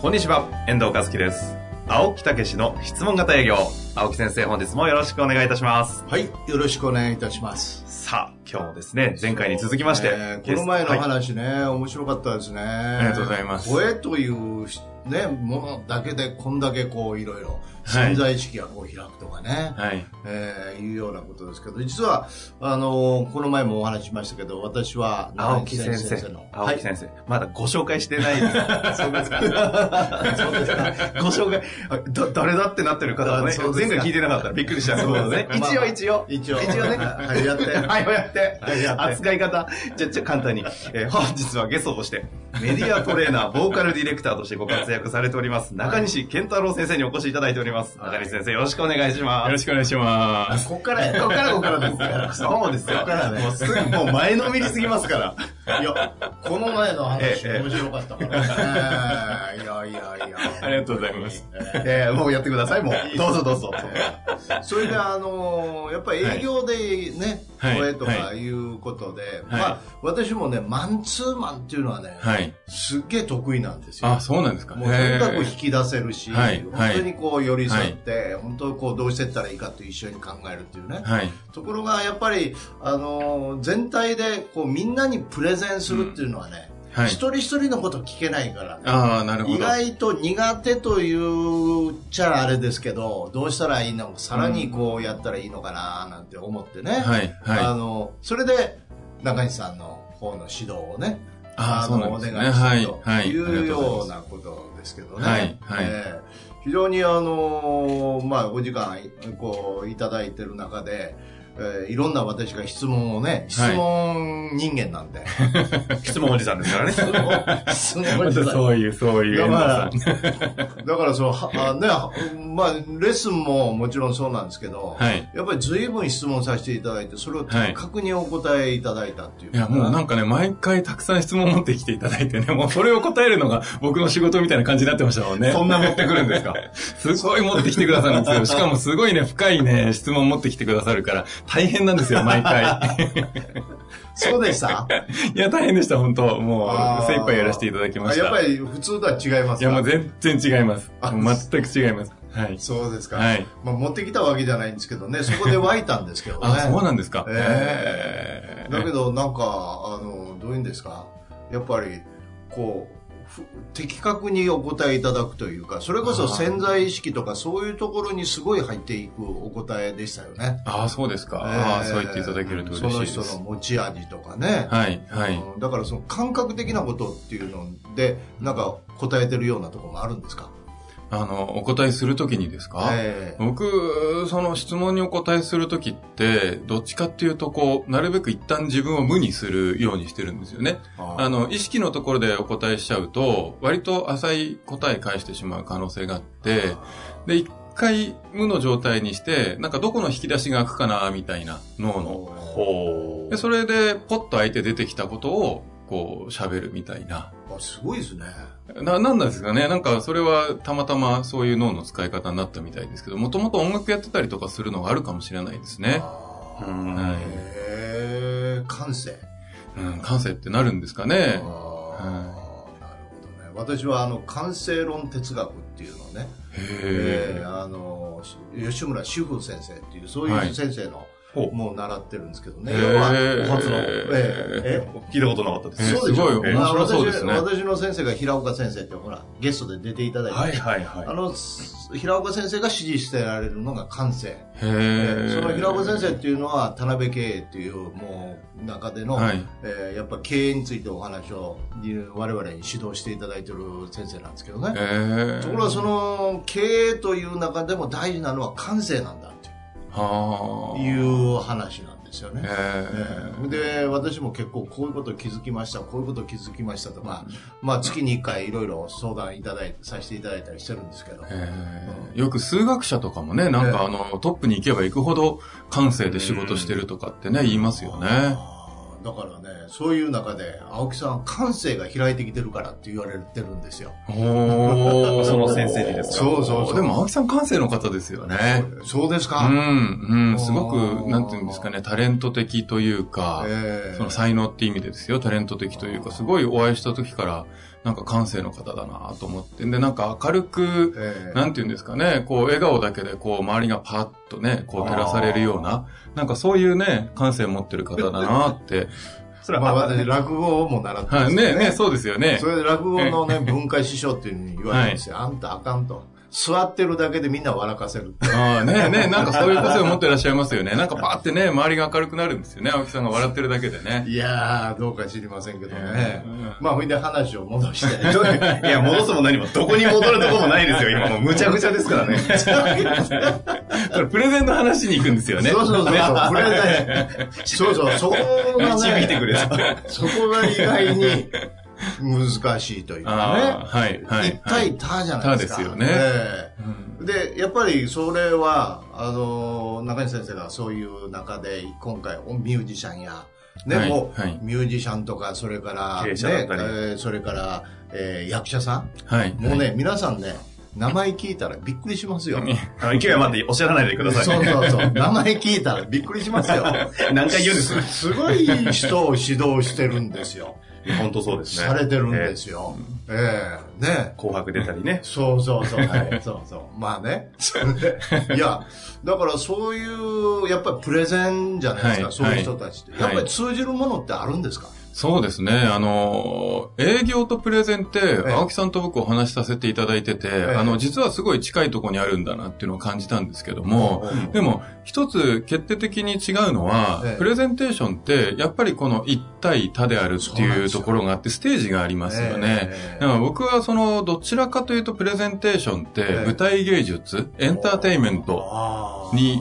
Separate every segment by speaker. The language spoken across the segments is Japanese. Speaker 1: こんにちは、遠藤和樹です。青木武の質問型営業。青木先生、本日もよろしくお願いいたします。
Speaker 2: はい、よろしくお願いいたします。
Speaker 1: さあ、今日もですね、前回に続きまして、
Speaker 2: えーこの前の
Speaker 1: はい
Speaker 2: 話ね、面白かったですね。あ
Speaker 1: りがとうございます
Speaker 2: 声というしね、ものだけでこんだけこういろいろ
Speaker 1: はい
Speaker 2: 潜在意識がこう開くとかね、
Speaker 1: はい。
Speaker 2: えーいうようなことですけど、実は、あのーこの前もお話ししましたけど、私は、
Speaker 1: 青木先生
Speaker 2: の、
Speaker 1: 青木先生、まだご紹介してないです。そうですか。
Speaker 2: そうですか。
Speaker 1: ご紹介、あだ誰だってなってる方はね、
Speaker 2: そうで
Speaker 1: 前
Speaker 2: すか
Speaker 1: 回聞いてなかったらびっくりしたと思うんですね。
Speaker 2: そうです
Speaker 1: 一
Speaker 2: か
Speaker 1: 応一応。
Speaker 2: 一応、
Speaker 1: 一応ね
Speaker 2: はい、やって、
Speaker 1: はい、やって
Speaker 2: はいや。って
Speaker 1: 扱い方。じゃ、じゃ、簡単に。えー本日はゲストとして、メディアトレーナー、ボーカルディレクターとしてご活躍されております、中西健太郎先生にお越しいただいております。
Speaker 2: はい
Speaker 1: 中西先生、よろしくお願いします。
Speaker 3: よろしくお願いしま
Speaker 2: あ
Speaker 3: す。
Speaker 2: こっからや、こっからこっからですから。
Speaker 1: そうです
Speaker 2: こ
Speaker 1: よ
Speaker 2: っから。ね
Speaker 1: もうすぐ、もう前のめりすぎますから。
Speaker 2: いや、この前の話、
Speaker 1: ええ
Speaker 2: 面白かったからね。 いやいやいや。
Speaker 3: ありがとうございます。
Speaker 1: えーもうやってください、もう。どうぞどうぞ。
Speaker 2: それで、あのーやっぱり営業でね、
Speaker 3: はい
Speaker 2: 声とかいうことで、
Speaker 3: はい
Speaker 2: まあ、私もね、マンツーマンっていうのはね、
Speaker 3: はい。
Speaker 2: すっげえ得意なんですよ。
Speaker 3: あ、そうなんですか。
Speaker 2: もうとにかく
Speaker 3: へ
Speaker 2: 引
Speaker 3: ー
Speaker 2: き出せるし、
Speaker 3: はい
Speaker 2: 本当にこう寄り添って、本当にこうどうしてったらいいかと一緒に考えるっていうね、
Speaker 3: はい。
Speaker 2: ところがやっぱり、あのー全体でこうみんなにプレゼンするっていうのはね、
Speaker 3: はい。
Speaker 2: 一人一人のこと聞けないからね、
Speaker 3: ああ、なるほ
Speaker 2: 意
Speaker 3: ど。
Speaker 2: 外と苦手というっちゃあれですけどどうしたらいいのさらにこうやったらいいのかななんて思ってね、
Speaker 3: はい。
Speaker 2: あ
Speaker 3: はい。
Speaker 2: のそれで中西さんの方の指導をね
Speaker 3: あー
Speaker 2: の
Speaker 3: そうなんですね
Speaker 2: お願いする
Speaker 3: はいはい
Speaker 2: と
Speaker 3: ありが
Speaker 2: いう
Speaker 3: とうござい
Speaker 2: よ
Speaker 3: ま
Speaker 2: う
Speaker 3: す
Speaker 2: なことですけどね、
Speaker 3: はいはい
Speaker 2: えー非常にあのーまあ、お時間こういただいてる中で、えーいろんな私が質問をね質問人間なんで、
Speaker 1: 質問おじさんですからね。
Speaker 2: 質問をいた
Speaker 3: また
Speaker 2: だいて
Speaker 3: そういう、そういう。
Speaker 2: だから
Speaker 3: 遠藤さ
Speaker 2: だからそう、はあね、はまあ、レッスンももちろんそうなんですけど、
Speaker 3: んはい。
Speaker 2: やっぱり随分質問させていただいて、それを
Speaker 3: はい
Speaker 2: 的確にお答えいただいたっていう。
Speaker 3: いや、もうなんかね、毎回たくさん質問持ってきていただいてね、もう それを答えるのが僕の仕事みたいな感じになってましたもんね。
Speaker 1: そんな持ってくるんですか
Speaker 3: すごい持ってきてくださるんですよ。しかもすごいね、深いね、質問持ってきてくださるから、大変なんですよ、毎 回。
Speaker 2: そうで した
Speaker 3: いや、大変でした、本当も
Speaker 2: あー
Speaker 3: う、精一杯やらせていただきま
Speaker 2: あ
Speaker 3: した。
Speaker 2: やっぱり普通とは違いますか
Speaker 3: いや、もう全然違います
Speaker 2: あ。
Speaker 3: 全く違います。はい。
Speaker 2: そうですか、
Speaker 3: はい。
Speaker 2: まあ。持ってきたわけじゃないんですけどね、そこで湧いたんですけどね。
Speaker 3: あ、そうなんですか。
Speaker 2: え
Speaker 3: え
Speaker 2: だけどなんか、あの、どういうんですかやっぱり、こう、ふ的確にお答えいただくというか、それこそ潜在意識とかそういうところにすごい入っていくお答えでしたよね。
Speaker 3: ああ、そうですか。ああ、そう言っていただけると嬉しいです。
Speaker 2: その人の持ち味とかね。
Speaker 3: はい、はい。
Speaker 2: うんだからその感覚的なことっていうので、なんか答えてるようなところもあるんですか
Speaker 3: あの、お答えするときにですか、
Speaker 2: ええ
Speaker 3: 僕、その質問にお答えするときって、どっちかっていうと、こう、なるべく一旦自分を無にするようにしてるんですよね。あの、意識のところでお答えしちゃうと、割と浅い答え返してしまう可能性があって、で、一回無の状態にして、なんかどこの引き出しが開くかな、みたいな、脳の。
Speaker 1: ほ
Speaker 3: で、それで、ポッと相手出てきたことを、こう、喋るみたいな。
Speaker 2: あすごいですね。
Speaker 3: な、なんなんですかねなんか、それは、たまたま、そういう脳の使い方になったみたいですけど、もともと音楽やってたりとかするのがあるかもしれないですね。
Speaker 2: あ
Speaker 1: う
Speaker 2: ー
Speaker 1: ん
Speaker 3: はい
Speaker 2: へえ感性。
Speaker 3: うん、感性ってなるんですかね
Speaker 2: あーなるほどね私はあの完成論哲学っていうのをね、え
Speaker 3: へ
Speaker 2: ーあのし吉村主婦先生っていうそう
Speaker 3: はいいう
Speaker 2: 先生の、
Speaker 1: ほう
Speaker 2: もう習ってるんですけどね、
Speaker 3: へー
Speaker 2: 要は
Speaker 3: へー
Speaker 2: お初の、えーえ
Speaker 1: 聞いたことなかったで
Speaker 3: へ
Speaker 1: す。
Speaker 3: ー
Speaker 2: そうでしょ
Speaker 3: すごい面白そうですね
Speaker 2: あ私私の先生が平岡先生ってほらゲストで出ていただいて、
Speaker 1: はいはいはい
Speaker 2: あ。のす平岡先生が支持してられるのが感性、
Speaker 3: え。へえ。
Speaker 2: その平岡先生っていうのは田辺経営っていうもう中での、
Speaker 3: はい。
Speaker 2: えーやっぱ経営についてお話を我々に指導していただいてる先生なんですけどね、
Speaker 3: ええ。
Speaker 2: ところがその経営という中でも大事なのは感性なんだって
Speaker 3: はあ。
Speaker 2: いう話なんですですよね
Speaker 3: え。
Speaker 2: ええで私も結構こういうこと気づきましたこういうこと気づきましたとか、まあ、月に1回いろいろ相談いただいさせていただいたりしてるんですけど、
Speaker 3: えーよく数学者とかもね、なんかあの、トップに行けば行くほど感性で仕事してるとかってね、言いますよね。
Speaker 2: あーだからねそういう中で青木さん感性が開いてきてるからって言われてるんですよ
Speaker 3: おー
Speaker 1: その先生にですか
Speaker 2: そうそうそう
Speaker 3: でも青木さん感性の方ですよね。
Speaker 2: そうです
Speaker 3: う
Speaker 2: か、
Speaker 3: ん、うん、すご
Speaker 2: お
Speaker 3: く、
Speaker 2: ー
Speaker 3: なんていうんですかね、タレント的というか、
Speaker 2: ええ
Speaker 3: その才能って意味でですよ、タレント的というか、すごいお会いした時から、なんか感性の方だなと思って、で、なんか明るく、
Speaker 2: ええ
Speaker 3: なんていうんですかね、こう、笑顔だけで、こう、周りがパッとね、こう、照らされるような、なんかそういうね、感性持ってる方だなって。
Speaker 1: それ
Speaker 2: まあ、
Speaker 1: は、
Speaker 2: 私落語も習ってま
Speaker 3: は
Speaker 2: す
Speaker 3: い、
Speaker 2: よ
Speaker 3: ね、ね、 そうですよね
Speaker 2: そ。れで落語のね、文化師匠っていうのに言われるんですよ。あんたあかんと。座ってるだけでみんな笑かせる。
Speaker 3: ああ、ね、ね、なんかそういう個性を持ってらっしゃいますよね。なんかパーってね、周りが明るくなるんですよね。青木さんが笑ってるだけでね。
Speaker 2: いやー、どうか知りませんけどね。
Speaker 3: うん
Speaker 2: まあ、ほいで話を戻して。
Speaker 1: いや、戻すも何も、どこに戻るとこもないですよ、今もう。むちゃくちゃですからね。
Speaker 3: これプレゼンの話に行くんですよね。
Speaker 2: そうそうそうそう、これね、そうそう、そこがね、
Speaker 1: 導いてくれた
Speaker 2: そこが意外に難しいという
Speaker 3: あ
Speaker 2: か
Speaker 3: あ、はい、
Speaker 2: ね。
Speaker 3: はい。
Speaker 2: 一対他じゃないですか。
Speaker 3: 他ですよね
Speaker 2: ええ
Speaker 3: うん
Speaker 2: で、やっぱりそれは、あの、中西先生がそういう中で、今回、ミュージシャンや、ね、
Speaker 3: はい
Speaker 2: もう、
Speaker 3: はい
Speaker 2: ミュージシャンとか、それから、
Speaker 1: 経営者だ
Speaker 2: ね
Speaker 1: っ、たり
Speaker 2: えーそれから、えー役者さん。
Speaker 3: はい。
Speaker 2: もうね、皆さんね、名前聞いたらびっくりし ますよ。
Speaker 1: あの勢いは待って、おっしゃらないでください。
Speaker 2: そうそうそう。名前聞いたらびっくりします よ。
Speaker 1: 何回言うんです
Speaker 2: すすごい人を指導してるんですよ。
Speaker 1: 本当そうですね。
Speaker 2: されてるんですよ。ええね
Speaker 1: えー。。紅白出たりね。
Speaker 2: そうそうそう、はい、そうそう。まあね。 いや、だからそういう、やっぱりプレゼンじゃないですか、
Speaker 3: はい
Speaker 2: そういう人たちって。
Speaker 3: はい
Speaker 2: やっぱり通じるものってあるんですか、
Speaker 3: そうですね。あの、営業とプレゼンって、
Speaker 2: え
Speaker 3: 青木さんと僕お話しさせていただいてて、
Speaker 2: え
Speaker 3: あの、実はすごい近いところにあるんだなっていうのを感じたんですけども、でも、一つ決定的に違うのは、
Speaker 2: ええ
Speaker 3: プレゼンテーションって、やっぱりこの一対多であるって
Speaker 2: そうなん
Speaker 3: い
Speaker 2: で
Speaker 3: う
Speaker 2: すよ
Speaker 3: ところがあって、ステージがありますよね。
Speaker 2: ええ
Speaker 3: だから僕はその、どちらかというとプレゼンテーションって、
Speaker 2: ええ
Speaker 3: 舞台芸術、エンターテインメント
Speaker 2: あー
Speaker 3: に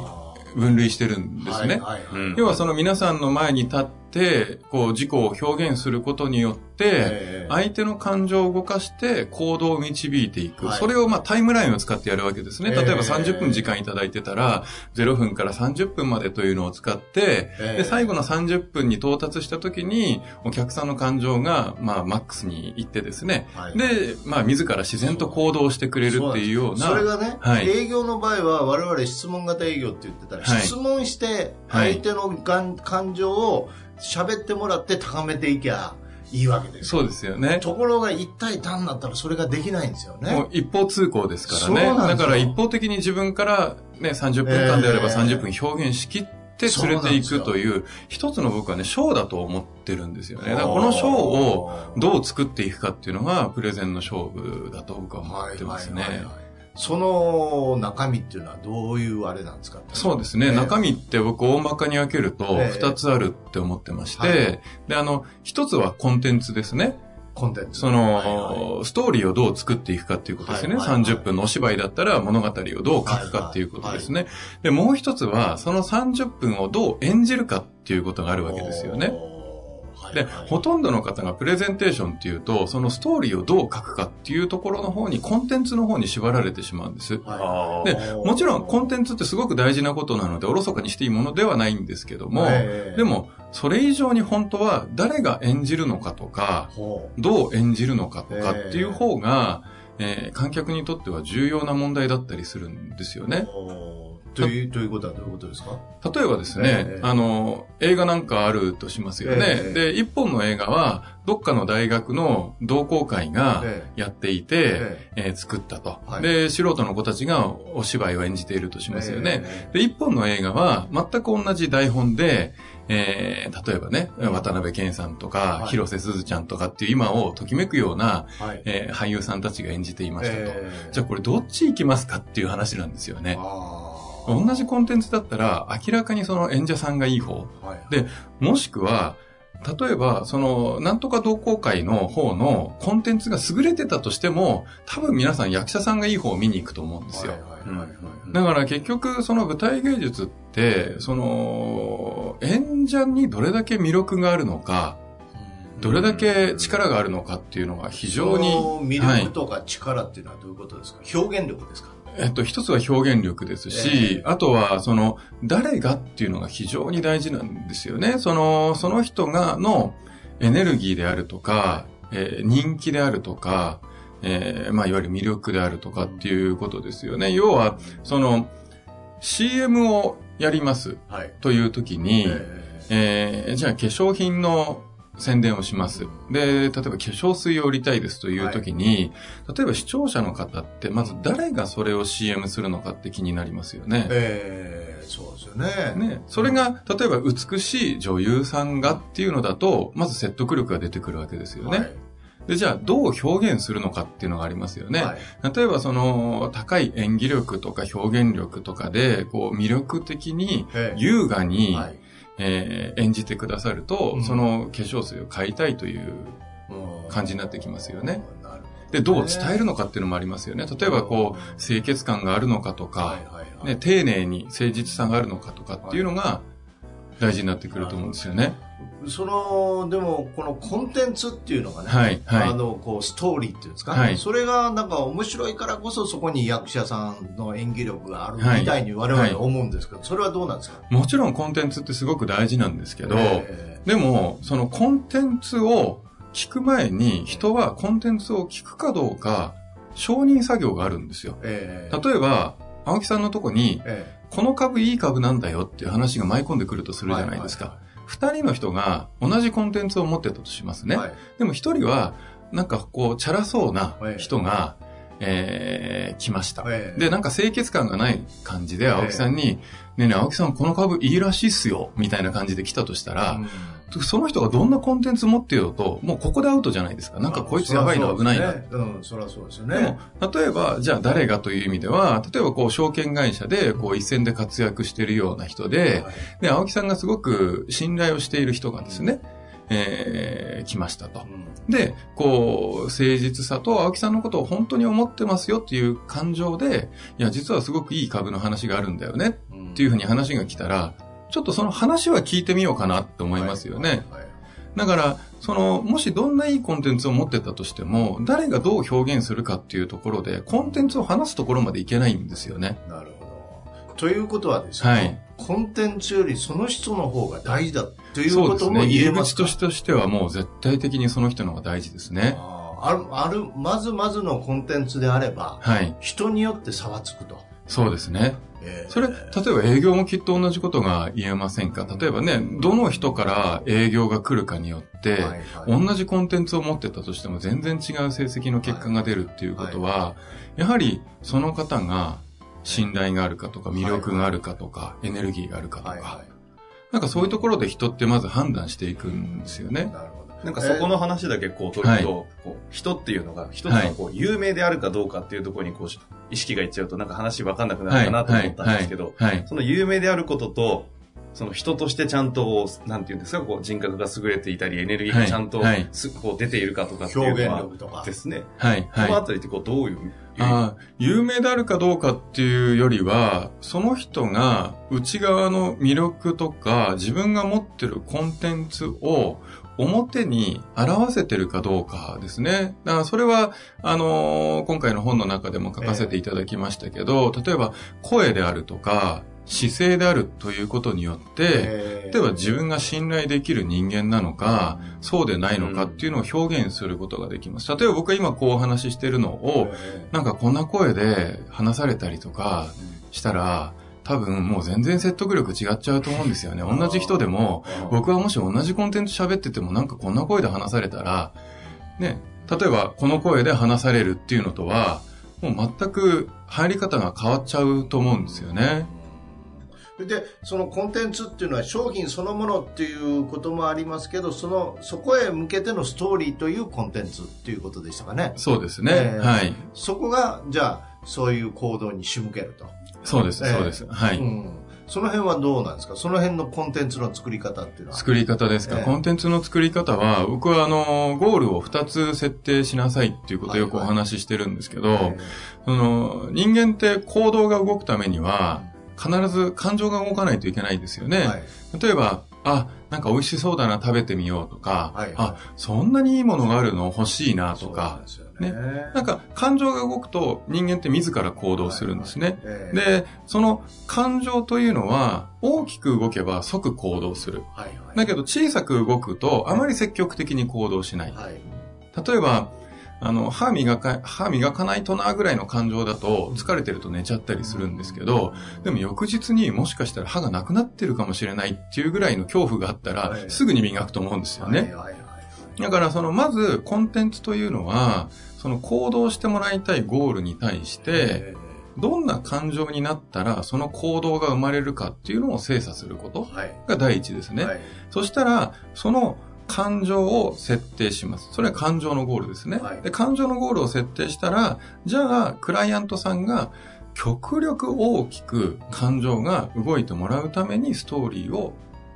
Speaker 3: 分類してるんですね。
Speaker 2: はいはいはい
Speaker 1: うん
Speaker 3: 要はその皆さんの前に立って、こう、自己を表現することによって、
Speaker 2: ええ
Speaker 3: 相手の感情を動かして行動を導いていく。
Speaker 2: はい
Speaker 3: それをまあタイムラインを使ってやるわけですね。
Speaker 2: え
Speaker 3: 例
Speaker 2: え
Speaker 3: えば30分時間いただいてたら、0分から30分までというのを使って、
Speaker 2: ええ
Speaker 3: で、最後の30分に到達した時に、お客さんの感情が、まあ、マックスに行ってですね。
Speaker 2: はい
Speaker 3: で、まあ、自ら自然と行動してくれるっていうような。
Speaker 2: それがね、
Speaker 3: はい
Speaker 2: 営業の場合は我々質問型営業って言ってたら、
Speaker 3: はい
Speaker 2: 質問して
Speaker 3: は
Speaker 2: 相
Speaker 3: い
Speaker 2: 手のがん感情を喋ってもらって高めていきゃいいわけですよ
Speaker 3: そうですよね。
Speaker 2: ところが一対単になったらそれができないんですよ
Speaker 3: も
Speaker 2: ね
Speaker 3: う。一方通行ですからね。
Speaker 2: そうなんです
Speaker 3: だ
Speaker 2: よ
Speaker 3: から一方的に自分からね、30分間であれば
Speaker 2: ええ
Speaker 3: 30分表現しきって連れていくという、一つの僕はね、章だと思ってるんですよね。だからこの章をどう作っていくかっていうのが、プレゼンの勝負だと僕は思ってますね。
Speaker 2: はいはいはいはいその中身っていうのはどういうあれなんですか
Speaker 3: そうですね。
Speaker 2: ええ
Speaker 3: 中身って僕大まかに分けると
Speaker 2: ええ
Speaker 3: 二つあるって思ってまして、
Speaker 2: は
Speaker 3: で、あの、一つはコンテンツですね。
Speaker 2: コンテンツ。
Speaker 3: その、
Speaker 2: はい
Speaker 3: ストーリーをどう作っていくかっていうことですよね。
Speaker 2: はいはいはい
Speaker 3: 30分のお芝居だったら物語をどう書くかっていうことですね。で、もう一つは、その30分をどう演じるかっていうことがある
Speaker 2: は
Speaker 3: わ
Speaker 2: い
Speaker 3: けですよね。。
Speaker 2: はい
Speaker 3: で、ほとんどの方がプレゼンテーションっていうと、そのストーリーをどう書くかっていうところの方に、コンテンツの方に縛られてしまうんです。
Speaker 1: あ
Speaker 3: で
Speaker 1: ー
Speaker 3: もちろんコンテ
Speaker 2: ン
Speaker 3: ンツってすごく大事なことなので、おろそかにしていいものではないんですけど
Speaker 2: ツ
Speaker 3: も、で、も、それ以上に本当は誰が演じるのかとか、
Speaker 2: ほう
Speaker 3: どう演じるのかとかっていう方が、えー観客にとっては重要な問題だったりするんですよね。
Speaker 2: ほうという、ということはどういうことですか
Speaker 3: 例えばですね、
Speaker 2: ええ
Speaker 3: あの、映画なんかあるとしますよね。
Speaker 2: ええ
Speaker 3: で、一本の映画は、どっかの大学の同好会が
Speaker 2: え
Speaker 3: やっていて、
Speaker 2: え
Speaker 3: えー作ったと、
Speaker 2: はい
Speaker 3: で、素人の子たちがお芝居を演じているとしますよね。
Speaker 2: え
Speaker 3: で、一本の映画は全く同じ台本で、えー、例えばね、渡辺謙さんとか、
Speaker 2: はい
Speaker 3: 広瀬すずちゃんとかっていう今をときめくような、
Speaker 2: えはい。
Speaker 3: えー俳優さんたちが演じていましたと。
Speaker 2: ええ
Speaker 3: じゃあこれどっち行きますかっていう話なんですよね。
Speaker 2: あー
Speaker 3: 同じコンテンツだったら明らかにその演者さんがいい方、
Speaker 2: はいはい
Speaker 3: でもしくは例えば、その、なんとか同好会の方のコンテンツが優れてたとしても、多分皆さん役者さんがいい方を見に行くと思うんですよ。
Speaker 2: はいはいはいはい
Speaker 3: だから結局、その舞台芸術って、その、演者にどれだけ魅力があるのか、どれだけ力があるのかっていうのが非常に、
Speaker 2: その
Speaker 3: は
Speaker 2: 魅
Speaker 3: い
Speaker 2: 力とか力っていうのはどういうことですか、表現力ですか
Speaker 3: えっと、一つは表現力ですし、あとは、その、誰がっていうのが非常に大事なんですよね。その、その人が、のエネルギーであるとか、えー人気であるとか、えーまあ、いわゆる魅力であるとかっていうことですよね。要は、その、CM をやります
Speaker 2: はい、
Speaker 3: という時に、
Speaker 2: え
Speaker 3: えーじゃあ化粧品の宣伝をします。で、例えば化粧水を売りたいですという時に、例えば視聴者の方って、まず誰がそれを CM するのかって気になりますよ
Speaker 2: ー
Speaker 3: ね。
Speaker 2: えーそうですよね
Speaker 3: ね、それが、例えば美しい女優さんがっていうのだと、まず説得力が出てくるわけですよね。
Speaker 2: はい
Speaker 3: で、じゃあどう表現するのかっていうのがありますよね。
Speaker 2: はい
Speaker 3: 例えばその、高い演技力とか表現力とかで、こう魅力的に、
Speaker 2: えー
Speaker 3: 優雅に、
Speaker 2: はい
Speaker 3: えー演じてくださると、
Speaker 2: うん
Speaker 3: その化粧水を買いたいという感じになってきますよね。
Speaker 2: うんなるほど
Speaker 3: で、どう伝えるのかっていうのもありますよね。例えばこう、清潔感があるのかと
Speaker 2: は
Speaker 3: か
Speaker 2: い、はいはい
Speaker 3: ね、丁寧に誠実さがあるのかとかっていうのが大事になってくると思うんですよね。
Speaker 2: そのでもこのコンテンツっていうのがね、
Speaker 3: はい、は
Speaker 2: あ
Speaker 3: い。
Speaker 2: のこうストーリーっていうんですか、
Speaker 3: はい
Speaker 2: それがなんか面白いからこそそこに役者さんの演技力がある
Speaker 3: はい
Speaker 2: みたいに我々思うんですけど、それはどうなんですか
Speaker 3: もちろんコンテンツってすごく大事なんですけど、
Speaker 2: え
Speaker 3: でも、そのコンテンツを聞く前に人はコンテンツを聞くかどうか承認作業があるんですよ
Speaker 2: ー。えー
Speaker 3: 例えば、青木さんのとこに
Speaker 2: え
Speaker 3: この株いい株なんだよっていう話が舞い込んでくるとするじゃないですか。二、人の人が同じコンテンツを持ってたとします
Speaker 2: ー
Speaker 3: ね。
Speaker 2: はい
Speaker 3: でも一人は、なんかこう、チャラそうな人が、えー来ました。
Speaker 2: えー
Speaker 3: で、なんか清潔感がない感じで青木さんに、ねえねえ青木さんこの株いいらしいっすよ、みたいな感じで来たとしたら、その人がどんなコンテンツ持ってようと、もうここでアウトじゃないですか。なんかこいつやばいな、危ないな。
Speaker 2: うんそりゃそうですよ
Speaker 3: でも
Speaker 2: ね、
Speaker 3: 例えば、じゃあ誰がという意味では、例えばこう、証券会社で、こう、一線で活躍しているような人で、
Speaker 2: はい
Speaker 3: で、青木さんがすごく信頼をしている人がですね、えー、来ましたと。で、こう、誠実さと青木さんのことを本当に思ってますよっていう感情で、いや、実はすごくいい株の話があるんだよね
Speaker 2: うん
Speaker 3: っていうふうに話が来たら、ちょっとその話は聞いてみようかなって思いますよね。
Speaker 2: はいはい
Speaker 3: だから、その、もしどんないいコンテンツを持ってたとしても、誰がどう表現するかっていうところで、コンテンツを話すところまでいけないんですよね。
Speaker 2: なるほどということはですね、
Speaker 3: はい
Speaker 2: コンテンツよりその人の方が大事だという
Speaker 3: そう
Speaker 2: こ
Speaker 3: で
Speaker 2: と
Speaker 3: す
Speaker 2: も
Speaker 3: ね。入
Speaker 2: 言え
Speaker 3: り
Speaker 2: ます
Speaker 3: 口
Speaker 2: か
Speaker 3: としとしてはもう絶対的にその人の方が大事ですね。
Speaker 2: あーあるあるまずまずのコンテンツであれば
Speaker 3: はい。
Speaker 2: 人によって差はつくと、
Speaker 3: そうですね。
Speaker 2: えー
Speaker 3: それ、例えば営業もきっと同じことが言えませんか例えばね、どの人から営業が来るかによって、
Speaker 2: はいはい
Speaker 3: 同じコンテンツを持ってたとしても全然違う成績の結果が出るっていうことは、やはりその方が信頼があるかとか、魅力があるかとか、エネルギーがあるかと
Speaker 2: はいは
Speaker 3: か、なんかそういうところで人ってまず判断していくんですよ
Speaker 2: い
Speaker 3: ね。
Speaker 2: なるほど
Speaker 1: なんかそこの話だけこう取ると、こう人っていうのが、一つのこう有名であるかどうかっていうところにこう意識がいっちゃうとなんか話わかんなくなるかなと思ったんですけど、
Speaker 3: はい。
Speaker 1: その有名であることと、その人としてちゃんと、なんていうんですか、こう人格が優れていたり、エネルギーがちゃんと
Speaker 3: はい
Speaker 1: す、こう出ているかとかってい
Speaker 2: 表
Speaker 1: う
Speaker 2: 現
Speaker 1: のは
Speaker 2: 力とか
Speaker 1: ですね。
Speaker 3: はい。はい
Speaker 1: この。あたりってこうどういう、
Speaker 3: ああ、有名であるかどうかっていうよりは、その人が内側の魅力とか自分が持ってるコンテンツを表に表せてるかどうかですね。だからそれは、あのー今回の本の中でも書かせていただきましたけど、例えば声であるとか姿勢であるということによって、
Speaker 2: えー
Speaker 3: 例えば自分が信頼できる人間なのか、そうでないのかっていうのを表現することができます。例えば僕が今こうお話ししてるのを、
Speaker 2: え
Speaker 3: なんかこんな声で話されたりとかしたら、多分もう全然説得力違っちゃうと思うんですよね。同じ人でも、
Speaker 2: ー
Speaker 3: 僕はもし同じコンテンツ喋っててもなんかこんな声で話されたら、ね、例えばこの声で話されるっていうのとは、もう全く入り方が変わっちゃうと思うんですよね。
Speaker 2: でそのコンテンツっていうのは商品そのものっていうこともありますけどそのそこへ向けてのストーリーというコンテンツっていうことでしたかね
Speaker 3: そうですね。
Speaker 2: えー
Speaker 3: はい。
Speaker 2: そこがじゃあそういう行動に仕向けると、
Speaker 3: そうです、
Speaker 2: えー
Speaker 3: そうです。はい。
Speaker 2: うん、その辺はどうなんですかその辺のコンテンツの作り方っていうのは。
Speaker 3: 作り方ですか、
Speaker 2: ええ
Speaker 3: コンテンツの作り方は、僕はあの、ゴールを2つ設定しなさいっていうことをよくお
Speaker 2: はいはい
Speaker 3: 話ししてるんですけど、
Speaker 2: え
Speaker 3: その、人間って行動が動くためには、必ず感情が動かないといけないですよ
Speaker 2: え
Speaker 3: ね。
Speaker 2: はい
Speaker 3: 例えば、あ、なんか美味しそうだな、食べてみようとか、
Speaker 2: はいはい
Speaker 3: あ、そんなにいいものがあるの欲しいなと
Speaker 2: そうなん
Speaker 3: か、
Speaker 2: ですよ
Speaker 3: ね
Speaker 2: ね。
Speaker 3: なんか感情が動くと人間って自ら行動するんですね。
Speaker 2: ええ
Speaker 3: で、その感情というのは大きく動けば即行動する。
Speaker 2: はいはい
Speaker 3: だけど小さく動くとあまり積極的に行動しない。
Speaker 2: はい
Speaker 3: 例えば、あの、歯磨か、歯磨かないとなぐらいの感情だと疲れてると寝ちゃったりするんですけど、でも翌日にもしかしたら歯がなくなってるかもしれないっていうぐらいの恐怖があったら
Speaker 2: はい
Speaker 3: すぐに磨くと思うんですよね。
Speaker 2: はいはいはい
Speaker 3: だからそのまずコンテンツというのはその行動してもらいたいゴールに対して
Speaker 2: え
Speaker 3: どんな感情になったらその行動が生まれるかっていうのを精査すること
Speaker 2: えはい
Speaker 3: が第一ですね、
Speaker 2: はい
Speaker 3: そしたらその感情を設定しますそれは感情のゴールですね、
Speaker 2: はい
Speaker 3: で感情のゴールを設定したらじゃあクライアントさんが極力大きく感情が動いてもらうためにストーリーを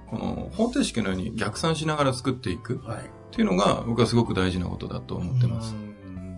Speaker 3: この方程式のように逆算しながら作っていく
Speaker 2: はい
Speaker 3: っていうのが僕はすごく大事なことだと思ってます。
Speaker 2: うん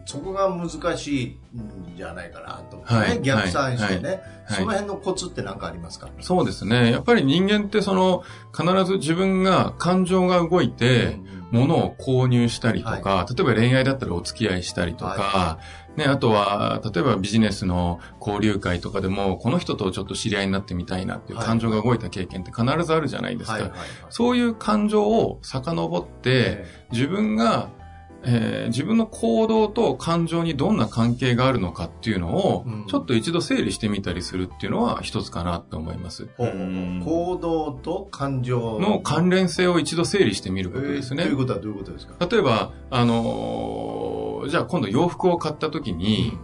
Speaker 2: そこが難しいんじゃないかなと思ってね、
Speaker 3: はい
Speaker 2: 逆算してね、
Speaker 3: はい
Speaker 2: その辺のコツって何かありますか、
Speaker 3: そうですね。やっぱり人間ってその必ず自分が感情が動いて物を購入したりとか、例えば恋愛だったらお付き合いしたりとか、
Speaker 2: は
Speaker 3: ね、あとは例えばビジネスの交流会とかでもこの人とちょっと知り合いになってみたいなっていう感情が動いた経験って必ずあるじゃないですか。
Speaker 2: はいはいはい、
Speaker 3: そういう感情を遡って、自分が、えー自分の行動と感情にどんな関係があるのかっていうのを、
Speaker 2: うん
Speaker 3: ちょっと一度整理してみたりするっていうのは一つかなと思います。
Speaker 2: ほうほう
Speaker 1: うん
Speaker 2: 行動と感情
Speaker 3: の関連性を一度整理してみる
Speaker 2: え
Speaker 3: ことです
Speaker 2: ー
Speaker 3: ね
Speaker 2: という。ことはどういうことですか
Speaker 3: 例えば、あのーじゃあ今度洋服を買った時に、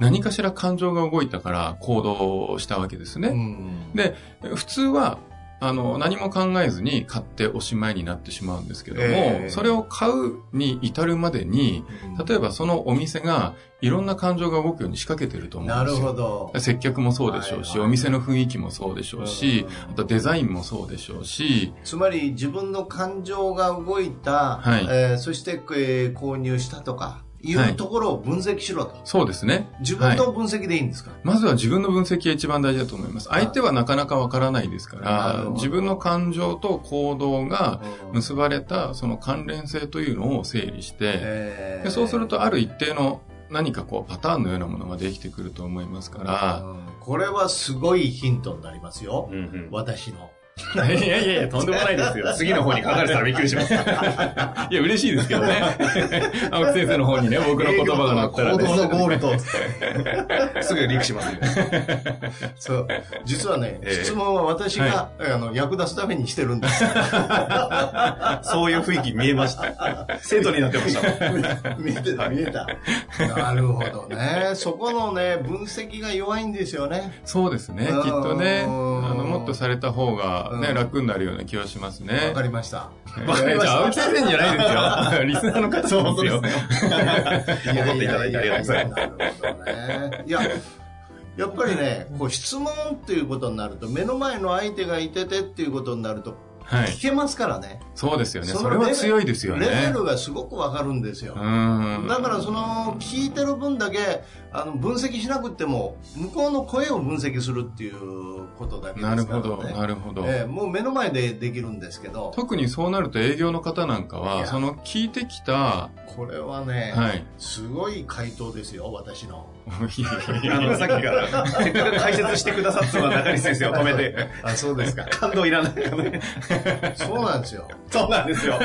Speaker 3: 何かしら感情が動いたから行動したわけですね。
Speaker 2: うん
Speaker 3: で普通は、あの、何も考えずに買っておしまいになってしまうんですけども、
Speaker 2: ええ
Speaker 3: それを買うに至るまでに、例えばそのお店がいろんな感情が動くように仕掛けてると思う
Speaker 2: なん
Speaker 3: で
Speaker 2: る
Speaker 3: すよ。
Speaker 2: ほど。
Speaker 3: 接客もそうでしょうし、
Speaker 2: はいはい
Speaker 3: お店の雰囲気もそうでしょうし、
Speaker 2: うん
Speaker 3: あとデザインもそうでしょうし、
Speaker 2: つまり自分の感情が動いた、
Speaker 3: はい
Speaker 2: えーそして、えー購入したとかい
Speaker 3: は
Speaker 2: う
Speaker 3: い
Speaker 2: ところを分析しろと、
Speaker 3: そうですね。
Speaker 2: 自分の分析でいいんですか、
Speaker 3: まずは自分の分析が一番大事だと思います。相手はなかなかわからないですか
Speaker 2: なるほ
Speaker 3: ら
Speaker 2: ど、
Speaker 3: 自分の感情と行動が
Speaker 2: うん
Speaker 3: 結ばれたその関連性というのを整理して、
Speaker 2: えー
Speaker 3: でそうするとある一定の何かこうパターンのようなものができてくると思いますか
Speaker 2: うんこれはすごいヒントになりますよ、
Speaker 1: うんうん
Speaker 2: 私の
Speaker 1: いやいやいや、とんでもないですよ。次の方に書かれてたらびっくりします。
Speaker 3: ら。いや、嬉しいですけどね。青木先生の方にね、僕の言葉が載ったら
Speaker 2: 行動の
Speaker 3: ね。
Speaker 2: ゴール と
Speaker 1: すぐリークしますね。
Speaker 2: そう実はね、
Speaker 1: ええ
Speaker 2: 質問は私が、あの役立つためにしてるんで す
Speaker 1: そういう雰囲気見えま した。生徒になってました。
Speaker 2: 見えた見えたなるほどねそこのね分析が弱いんですよね
Speaker 3: そうですね、きっとね。
Speaker 2: う
Speaker 3: あ
Speaker 2: ん
Speaker 3: の、もっとされた方が
Speaker 2: う
Speaker 3: ね、
Speaker 2: ん
Speaker 3: 楽になるような気はします
Speaker 2: わ
Speaker 3: ね
Speaker 2: か。りました
Speaker 3: わかりましたじゃあ青木先生じゃないですよ。リスナーの方です
Speaker 2: い
Speaker 3: よ。
Speaker 2: や
Speaker 1: っていただいてありがとうございます
Speaker 2: ややなるほどねいややっぱりねこう質問っていうことになると目の前の相手がいててっていうことになると
Speaker 3: はい
Speaker 2: 聞。けますからね、
Speaker 3: そうですよね。
Speaker 2: その
Speaker 3: それは強いですよ
Speaker 2: レベ
Speaker 3: ね。
Speaker 2: ルがすごくわかるんですよ、
Speaker 3: うん。
Speaker 2: だからその聞いてる分だけあの分析しなくても向こうの声を分析するっていうことだけですから、
Speaker 3: な
Speaker 2: ね、
Speaker 3: るほど、なるほど。
Speaker 2: ええもう目の前でできるんですけど
Speaker 3: 特にそうなると営業の方なんか
Speaker 2: い
Speaker 3: は、
Speaker 2: や
Speaker 3: その聞いてきた、
Speaker 2: これはね、
Speaker 3: はい。
Speaker 2: すごい回答ですよ私の
Speaker 3: いやいやいや
Speaker 1: あの、さっきから、せっかく解説してくださったのは中西先生を止めて、
Speaker 2: あそうですか
Speaker 1: 感動いらないからね。
Speaker 2: そうなんですよ
Speaker 1: そうなんですよ。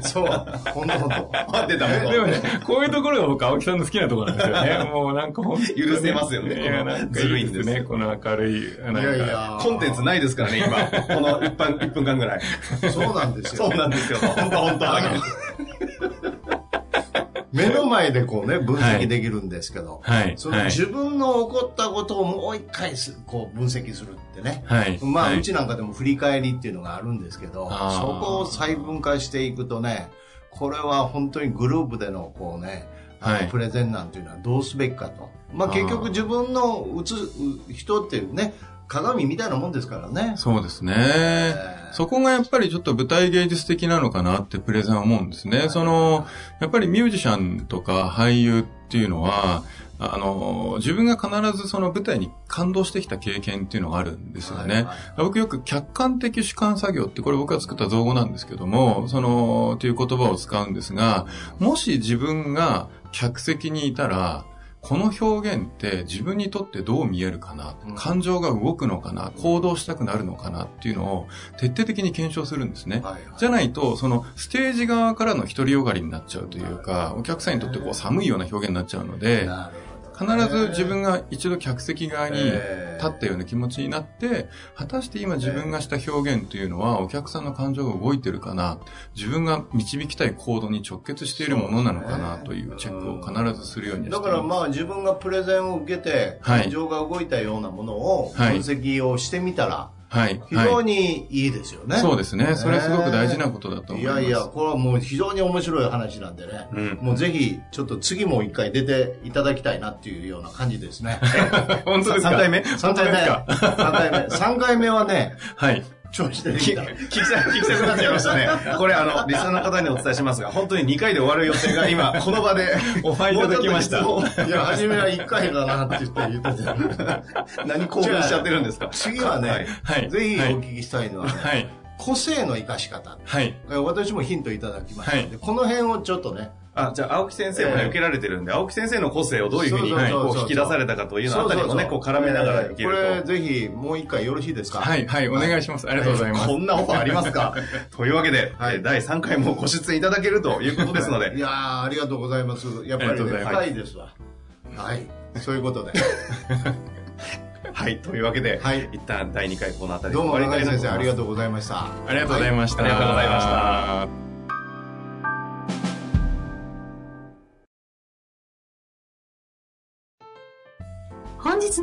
Speaker 2: そうほんとほんと
Speaker 1: 待ってたも
Speaker 3: でも
Speaker 1: ん。
Speaker 3: ね、こういうところが僕、青木さんの好きなところなんですよね。 もうなんか本当に
Speaker 1: 許せますよね
Speaker 3: いや、なんかいいですね。この明るい、な
Speaker 2: い
Speaker 3: んか。
Speaker 2: やいや
Speaker 1: コンテンツないですからね、今。この一般、1分間ぐらい。
Speaker 2: そうなんです
Speaker 1: そ
Speaker 2: よ
Speaker 1: うなんですよ。本当本当
Speaker 2: 目の前でこうね分析できるんですけど、
Speaker 3: はい。
Speaker 2: その
Speaker 3: はい。
Speaker 2: 自分の起こったことをもう一回すこう分析するってね、
Speaker 3: はい。
Speaker 2: まあ、
Speaker 3: はいう
Speaker 2: ちなんかでも振り返りっていうのがあるんですけど、
Speaker 3: あ
Speaker 2: そ
Speaker 3: ー
Speaker 2: こを細分化していくとね、これは本当にグループでのこうね、あの
Speaker 3: はい
Speaker 2: プレゼンなんていうのはどうすべきかと。まあ
Speaker 3: あー
Speaker 2: 結局自分のうつ、う人っていうね、鏡みたいなもんですからね。
Speaker 3: そうですね。
Speaker 2: えー
Speaker 3: そこがやっぱりちょっと舞台芸術的なのかなってプレゼンは思うんですね。その、やっぱりミュージシャンとか俳優っていうのは、あの、自分が必ずその舞台に感動してきた経験っていうのがあるんですよね。
Speaker 2: はい
Speaker 3: 僕よく客観的主観作業って、これ僕が作った造語なんですけども、その、という言葉を使うんですが、もし自分が客席にいたら、この表現って自分にとってどう見えるかな、
Speaker 2: うん
Speaker 3: 感情が動くのかな行動したくなるのかなっていうのを徹底的に検証するんですね。
Speaker 2: はいはい
Speaker 3: じゃないと、そのステージ側からの独りよがりになっちゃうというか、お客さんにとってこう寒いような表現になっちゃうので、
Speaker 2: なるほ
Speaker 3: 必
Speaker 2: どね
Speaker 3: ず自分が一度客席側に
Speaker 2: えー
Speaker 3: 立ったような気持ちになって、果たして今自分がした表現というのは、お客さんの感情が動いてるかな、自分が導きたい行動に直結しているものなのかなというチェックを必ずするようには
Speaker 2: だ
Speaker 3: して
Speaker 2: か
Speaker 3: います
Speaker 2: らまあ自分がプレゼンを受けて
Speaker 3: はい
Speaker 2: 感情が動いたようなものを
Speaker 3: は
Speaker 2: 分
Speaker 3: い
Speaker 2: 析をしてみたら
Speaker 3: はい、
Speaker 2: 非常
Speaker 3: は
Speaker 2: にいいですよね。
Speaker 3: い。そうですね。それすごく大事なことだと思います。
Speaker 2: やいや、これはもう非常に面白い話なんでね。
Speaker 1: うん
Speaker 2: もうぜひ、ちょっと次も一回出ていただきたいなっていうような感じです ね。
Speaker 3: 本当ですか
Speaker 1: 3回目
Speaker 2: 3回目、3回目、3回目はね、
Speaker 3: はい。
Speaker 2: 調子で
Speaker 1: 聞き
Speaker 2: き
Speaker 1: た
Speaker 2: た。
Speaker 1: 聞きた聞きたくなっちゃいましたね。これ、あの、リスナーの方にお伝えしますが、本当に2回で終わる予定が今、この場で
Speaker 3: お会いいただきました
Speaker 1: もうちょっと
Speaker 2: いや、初めは1回だなって言って言ってて。
Speaker 1: 何興奮しちゃってるんですか
Speaker 2: 次はね、
Speaker 3: はい
Speaker 2: ぜひお聞きしたいのは、ね
Speaker 3: はい。
Speaker 2: 個性の生かし方。
Speaker 3: はい。
Speaker 2: え私もヒントいただきましたので、
Speaker 3: は
Speaker 2: この辺をちょっとね、
Speaker 1: あ、じゃあ、青木先生もね、
Speaker 2: ええ
Speaker 1: 受けられてるんで、青木先生の個性をどういうふうに
Speaker 2: そうそうそうそう
Speaker 1: こう引き出されたかというのあたりもね、こう絡めながらいけ
Speaker 2: えー
Speaker 1: る
Speaker 2: これぜひもう一回よろしいですか
Speaker 3: はい。はい。お願いします。ありがとうございます
Speaker 1: と。。こんなオファーあります かというわけで、
Speaker 2: はい
Speaker 1: えー第3回もご出演いただけるということですので
Speaker 2: い、やーありがとうございますやっぱ
Speaker 3: ありがと
Speaker 2: り
Speaker 3: うご
Speaker 2: ね
Speaker 3: ざいます
Speaker 2: 深いですわはいそういうことで
Speaker 1: はい、というわけで、
Speaker 2: はい
Speaker 1: 一旦第2回このあたりで
Speaker 2: どう
Speaker 1: 終
Speaker 2: も
Speaker 1: わりたい
Speaker 2: 中井
Speaker 1: と思いま
Speaker 2: 先生
Speaker 1: す
Speaker 2: ありがとうございました
Speaker 3: ありがとうございました。
Speaker 1: はいありがとうございました。
Speaker 4: 本日